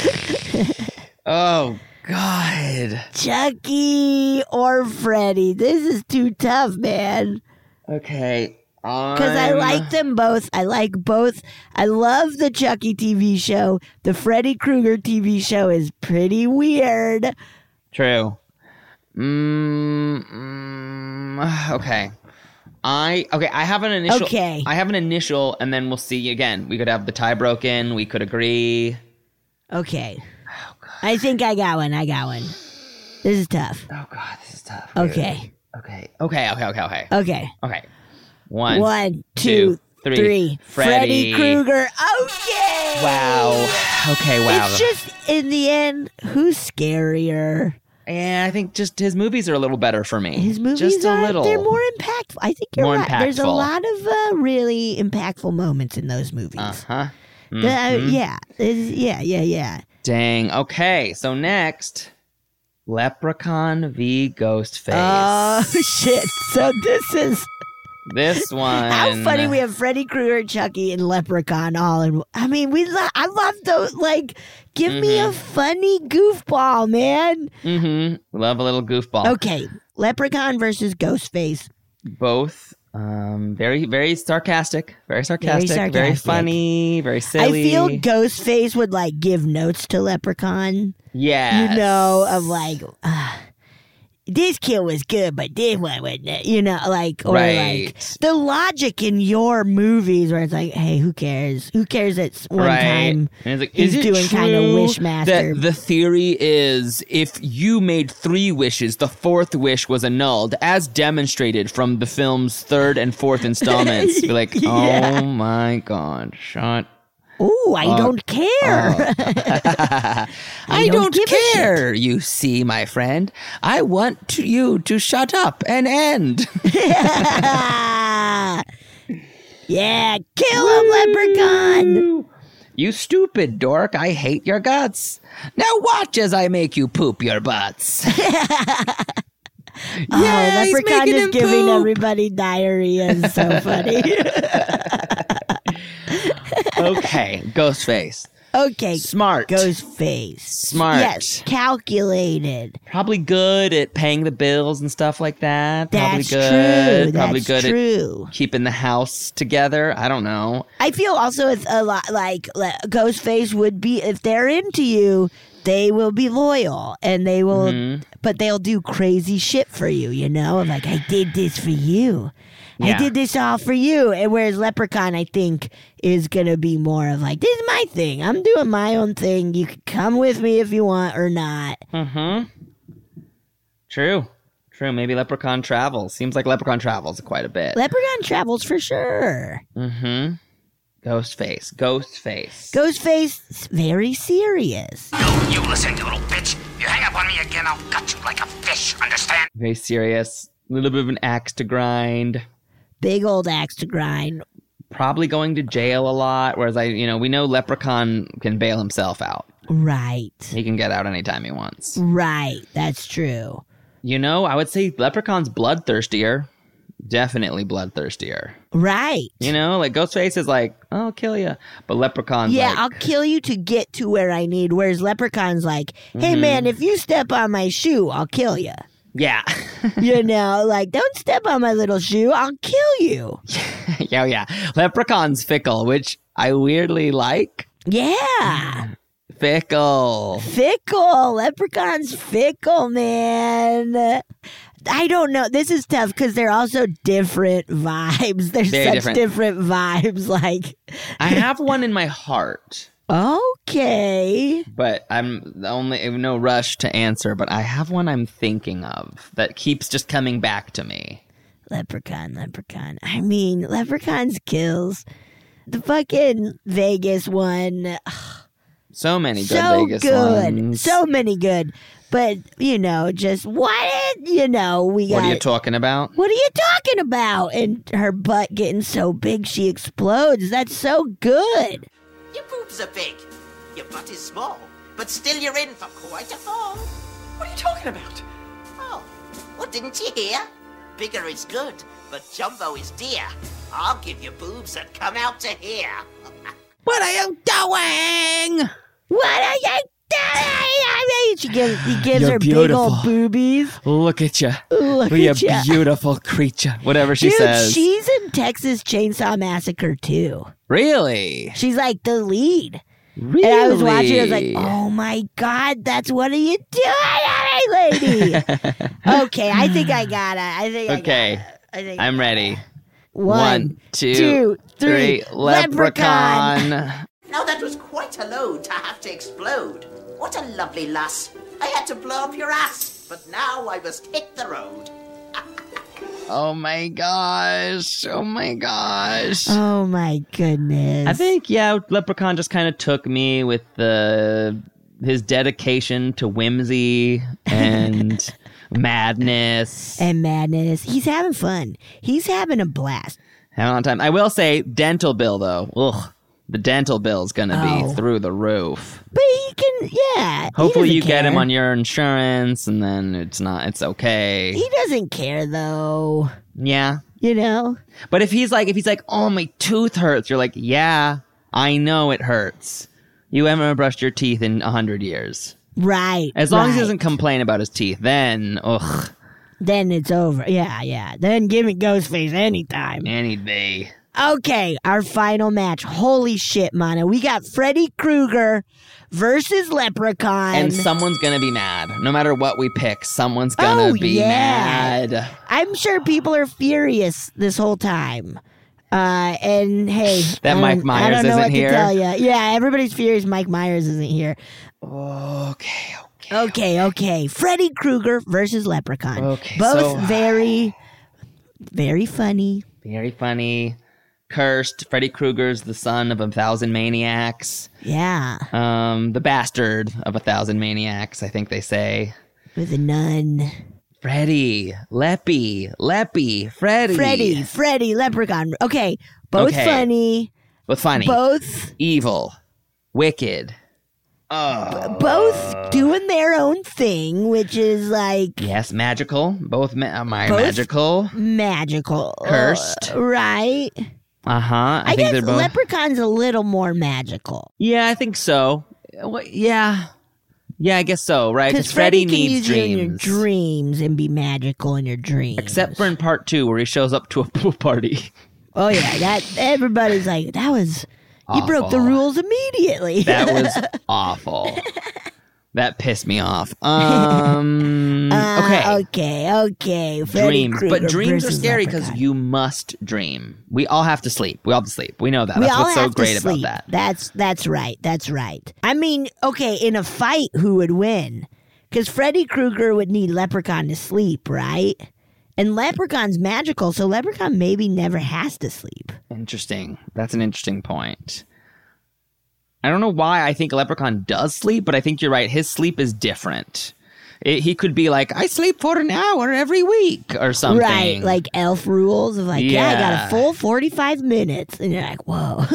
<laughs> oh God. Chucky or Freddy. This is too tough, man. Okay. Because I like them both. I like both. I love the Chucky TV show. The Freddy Krueger TV show is pretty weird. True. Mm, mm, okay. I okay. I have an initial. Okay. I have an initial, and then we'll see again. We could have the tie broken. We could agree. Okay. I think I got one. I got one. This is tough. Oh God, this is tough. Okay. Okay. Okay. Okay. Okay. Okay. Okay. Okay. One. One, two, two, three. three. Freddy. Krueger. Okay. Wow. Okay. Wow. It's just in the end, who's scarier? Yeah, I think just his movies are a little better for me. His movies just a are little. they're more impactful. I think you're More right. There's a impactful. lot of uh, really impactful moments in those movies. huh. The- uh, yeah, It's- yeah, yeah, yeah. Dang. Okay. So next, Leprechaun v Ghostface. Oh <laughs> shit! So this is this <laughs> one. how funny uh, we have Freddy Krueger, Chucky, and Leprechaun all in. I mean, we lo- I love those. Like, give me a funny goofball, man. Mm-hmm. Love a little goofball. Okay, Leprechaun versus Ghostface. Both. Um, very, very sarcastic. Very sarcastic. Very, sarcastic. funny. Very silly. I feel Ghostface would like give notes to Leprechaun. Yes. you know, of like, uh, this kid was good, but this one was not, you know, like, or like Right. the logic in your movies where it's like, hey, who cares? Who cares that s- one right. time and it's like, he's is it doing kinda true Wishmaster? That the theory is if you made three wishes, the fourth wish was annulled, as demonstrated from the film's third <laughs> and fourth installments. Be like, Yeah. oh my god, shut. ooh, I Fuck don't care? I, don't don't, give a shit. care, you see, my friend. I want to, you to shut up and end. <laughs> uh. <laughs> yeah, kill him, Leprechaun. You stupid dork, I hate your guts. Now watch as I make you poop <laughs> your butts. <laughs> Oh, Yeah, he's Leprechaun making is him giving poop. everybody diarrhea. It's <laughs> so funny. <laughs> okay, Ghostface. okay, Smart. Ghostface. Smart. Yes, calculated. Probably good at paying the bills and stuff like that. Probably That's good. true. Probably That's good true. at keeping the house together. I don't know. I feel also it's a lot like le- Ghostface would be if they're into you, they will be loyal and they will, Mm-hmm. but they'll do crazy shit for you. You know, I'm like I did this for you, I Yeah. did this all for you. And whereas Leprechaun, I think, is gonna be more of like this is my thing. I'm doing my own thing. You can come with me if you want or not. Mm-hmm. True. True. Maybe Leprechaun travels. Seems like Leprechaun travels quite a bit. Leprechaun travels for sure. mm-hmm. Ghostface. Ghostface. Ghostface, very serious. You listen, you little bitch. You hang up on me again, I'll cut you like a fish, understand? Very serious. A little bit of an axe to grind. Big old axe to grind. Probably going to jail a lot. Whereas I, you know, we know Leprechaun can bail himself out. Right. He can get out anytime he wants. Right, that's true. You know, I would say Leprechaun's bloodthirstier. Definitely bloodthirstier. Right. You know, like Ghostface is like, I'll kill you. But Leprechaun's yeah, like, I'll kill you to get to where I need. Whereas Leprechaun's like, hey, Mm-hmm. man, if you step on my shoe, I'll kill <laughs> you. yeah. you know, like, don't step on my little shoe, I'll kill you. yeah, yeah. Leprechaun's fickle, which I weirdly like. Yeah. Mm. Fickle. Fickle. Leprechaun's fickle, man. I don't know. This is tough because they're also different vibes. <laughs> They're Very such different. different vibes. Like, I have one in my heart, okay. but I'm only no rush to answer. But I have one I'm thinking of that keeps just coming back to me. Leprechaun, Leprechaun. I mean, Leprechaun's kills. The fucking Vegas one. ugh, So many good so Vegas good, ones. so many good. But you know, just what you know, we got. what are you talking about? What are you talking about? And her butt getting so big she explodes. That's so good. Your boobs are big. Your butt is small. But still, you're in for quite a fall. What are you talking about? Oh, well, didn't you hear? Bigger is good, but jumbo is dear. I'll give you boobs that come out to here. What are you doing? What are you doing? I mean, she gives, <gasps> he gives You're her big beautiful. old boobies. Look at you. Look we at a ya. beautiful creature. Whatever she Dude, says. she's in Texas Chainsaw Massacre too. really? She's like the lead. Really? And I was watching. I was like, Really? "Oh my god, that's what are you doing, <laughs> lady?" okay, I think I got it. I think I got it. Okay. I think I'm ready. One, One, two, three. two, three. Leprechaun. Now that was quite a load to have to explode. What a lovely lass. I had to blow up your ass, but now I must hit the road. <laughs> Oh my gosh. Oh my gosh. Oh my goodness. I think yeah, Leprechaun just kind of took me with the his dedication to whimsy <laughs> and madness. and madness. He's having fun. He's having a blast. Having a long time. I will say dental bill though. Ugh, the dental bill's gonna Oh. be through the roof. But he can, yeah. he Hopefully doesn't you get him care. on your insurance, and then it's not. It's okay. He doesn't care though. yeah, You know. but if he's like, if he's like, oh my tooth hurts, you're like, yeah, I know it hurts. You haven't brushed your teeth in a hundred years. Right. As long as he right. doesn't complain about his teeth, then ugh, then it's over. Yeah, yeah. Then give me Ghostface anytime. any day. Okay, our final match. Holy shit, Mana. We got Freddy Krueger versus Leprechaun. And someone's gonna be mad. No matter what we pick, someone's gonna Oh, be yeah. mad. I'm sure people are furious this whole time. Uh, and hey, um, That I Mike don't- I Myers don't know isn't what here. To tell ya. Yeah, everybody's furious. Mike Myers isn't here. Okay. Okay, okay. Freddy Krueger versus Leprechaun. Okay, both so- very, very funny. Very funny. Cursed. Freddy Krueger's the son of a thousand maniacs. Yeah, Um, the bastard of a thousand maniacs, I think they say. with a nun. Freddy, Leppy, Leppy, Freddy. Freddy, Freddy, Leprechaun. Okay, both Okay. funny. But funny. Both, Evil. Wicked. Oh. both doing their own thing, which is like Yes, magical. Both ma- am I Both? magical? magical, Cursed. right? Uh huh. I, I, think guess they're both. Leprechaun's a little more magical. yeah, I think so. Uh, wha- yeah. Yeah, I guess so, right? Because Because Freddy, can needs use you in your dreams. dreams and be magical in your dreams. Except for in part two, where he shows up to a <laughs> pool party. oh yeah, that everybody's like that was you broke the Awful. rules immediately. <laughs> That was awful. That pissed <laughs> me off. Um, Uh, okay. okay, okay. Freddy dreams. Krueger but dreams are versus scary Leprechaun. because you must dream. We all have to sleep. We all have to sleep. We know that. we That's all what's so have great to sleep. about that. That's that's right. That's right. I mean, okay, in a fight, who would win? Because Freddy Krueger would need Leprechaun to sleep, right? And Leprechaun's magical, so Leprechaun maybe never has to sleep. Interesting. That's an interesting point. I don't know why I think Leprechaun does sleep, but I think you're right. His sleep is different. It, he could be like, I sleep for an hour every week or something. Right, like elf rules of like, yeah, I got Yeah. a full 45 minutes. And you're like, whoa. <laughs>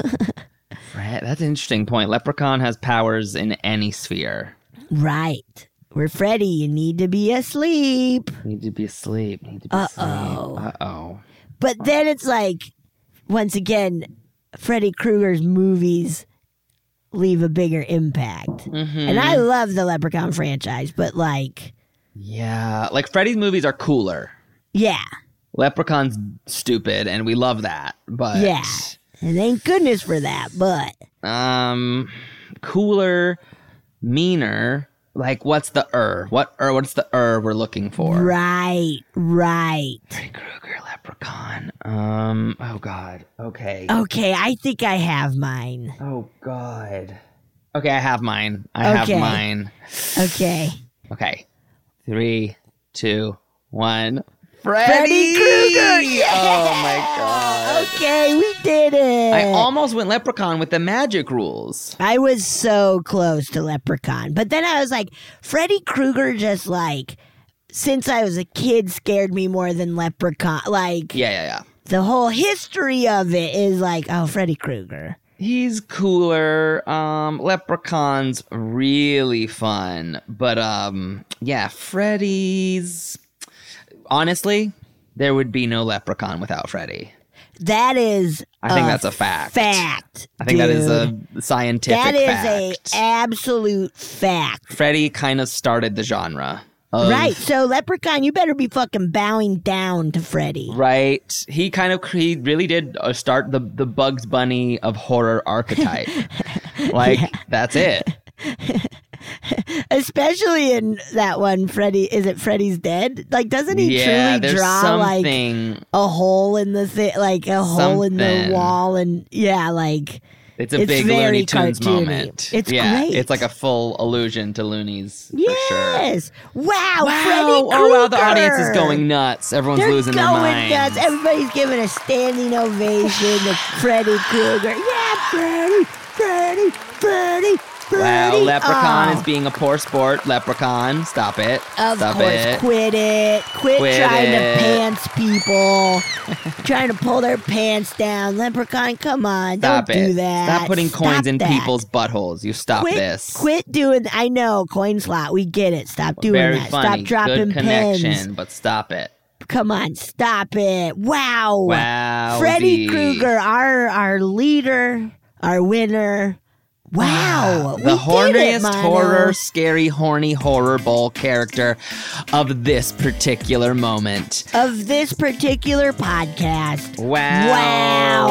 Right, That's an interesting point. Leprechaun has powers in any sphere. right. We're Freddy, you need to be asleep. Need to be asleep. Need to be Uh-oh. asleep. Uh oh. But then it's like, once again, Freddy Krueger's movies leave a bigger impact. And I love the Leprechaun franchise, but like, Yeah. Like Freddy's movies are cooler. yeah, Leprechaun's stupid, and we love that. But yeah. And thank goodness for that, but um, cooler, meaner. Like, what's the er? What er? What's the er we're looking for? right, right. Krueger, Leprechaun. Um. Oh God. Okay. Okay, I think I have mine. Oh God. Okay, I have mine. I Okay. have mine. Okay. Okay. Three, two, one. Freddy Krueger! Oh my God. Okay, we did it. I almost went leprechaun with the magic rules. I was so close to Leprechaun. But then I was like, Freddy Krueger just like, since I was a kid, scared me more than Leprechaun. Like, Yeah, yeah, yeah. the whole history of it is like, oh, Freddy Krueger. He's cooler. Um, Leprechaun's really fun, but um, yeah, Freddy's. Honestly, there would be no Leprechaun without Freddy. That is. I think that's a fact. Fact. I think that is a scientific That is fact. a absolute fact. Freddy kind of started the genre. Of, right. So, Leprechaun, you better be fucking bowing down to Freddy. Right. He kind of he really did uh, start the the Bugs Bunny of horror <laughs> archetype. like that's it. Especially in that one, Freddy. Is it Freddy's Dead? Like, doesn't he yeah, truly there's draw like something. a hole in the thi- like a hole in the Something. wall and yeah like it's a big very Looney Tunes cartoony. moment. it's yeah, great It's like a full allusion to Looney's for sure. yes wow, Wow. Freddy oh wow, the audience is Krueger. going nuts. Everyone's They're losing going their mind. nuts everybody's giving a standing ovation to Freddy Krueger yeah Freddy Freddy Freddy Wow, Freddy Leprechaun Oh, is being a poor sport. Leprechaun, stop it. of stop course it. quit it quit, Quit trying it. to pants <laughs> people trying to pull their pants down Leprechaun come on Stop don't it. do that Stop putting coins Stop in that. people's buttholes. You stop quit, this. Quit doing. I know coin slot. We get it. Stop doing Very that. funny. Stop dropping Good connection, pins. but stop it. Come on, stop it. Wow. Wow. Freddy Krueger, our our leader, our winner. Wow. Ah, we The did it, horniest Mono. horror, scary, horny horror ball character of this particular moment. of this particular podcast. Wow.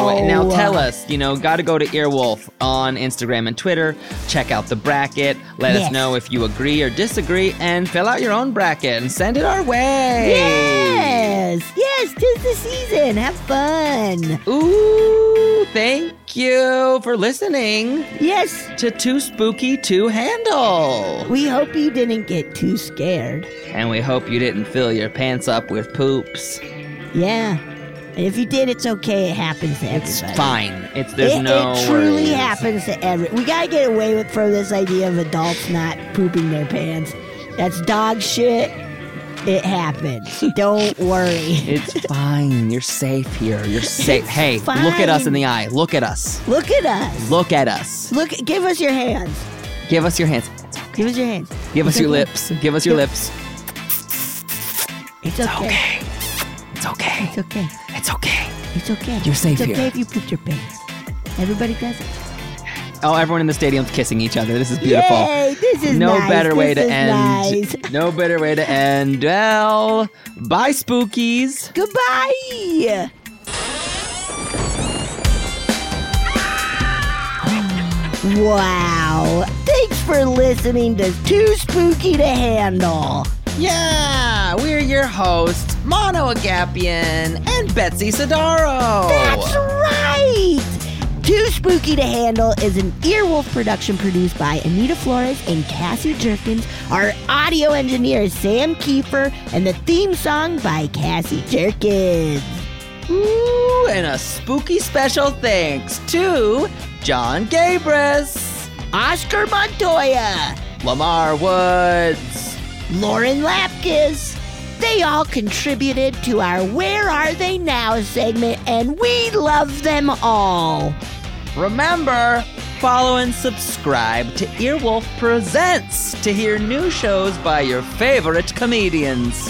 Wow. Now tell us, you know, got to go to Earwolf on Instagram and Twitter. Check out the bracket. Let Yes. us know if you agree or disagree and fill out your own bracket and send it our way. Yes. Yes, tis the season. Have fun. Ooh, thank you for listening. Yes. To Too Spooky to Handle. We hope you didn't get too scared. And we hope you didn't fill your pants up with poops. Yeah. And if you did, it's okay. It happens to It's everybody. fine. It's there's it, no it truly worries. happens to every. We gotta get away with from this idea of adults not pooping their pants. That's dog shit. It <laughs> happens. Don't worry. <laughs> It's fine. You're safe here. You're safe. It's Hey, look at us in fine. the eye. Look at us. Look at us. Look at us. Look. Give us your hands. Give us your hands. Give us your hands. Give us It's your okay. lips. Give us your lips. It's okay. It's okay. It's okay. It's okay. It's okay. You're safe It's okay here. if you pooped your pants. Everybody does it. Oh, everyone in the stadium's kissing each other. This is beautiful. Yay! This is no nice. better way to This is end. Nice. <laughs> No better way to end. Well, bye, spookies. Goodbye. Wow. Thanks for listening to Too Spooky to Handle. Yeah, we're your hosts, Mono Agapian and Betsy Sidaro. That's right. Too Spooky to Handle is an Earwolf production produced by Anita Flores and Cassie Jerkins. Our audio engineer is Sam Kiefer, and the theme song by Cassie Jerkins. Ooh, and a spooky special thanks to John Gabris, Oscar Montoya. Lamar Woods, Lauren Lapkus. They all contributed to our Where Are They Now segment, and we love them all. Remember, follow and subscribe to Earwolf Presents to hear new shows by your favorite comedians.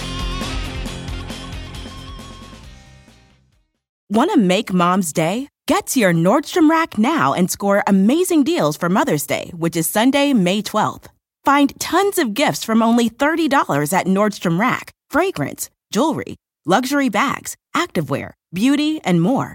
Want to make mom's day? Get to your Nordstrom Rack now and score amazing deals for Mother's Day, which is Sunday, May 12th. Find tons of gifts from only $30 at Nordstrom Rack fragrance, jewelry, luxury bags, activewear, beauty, and more.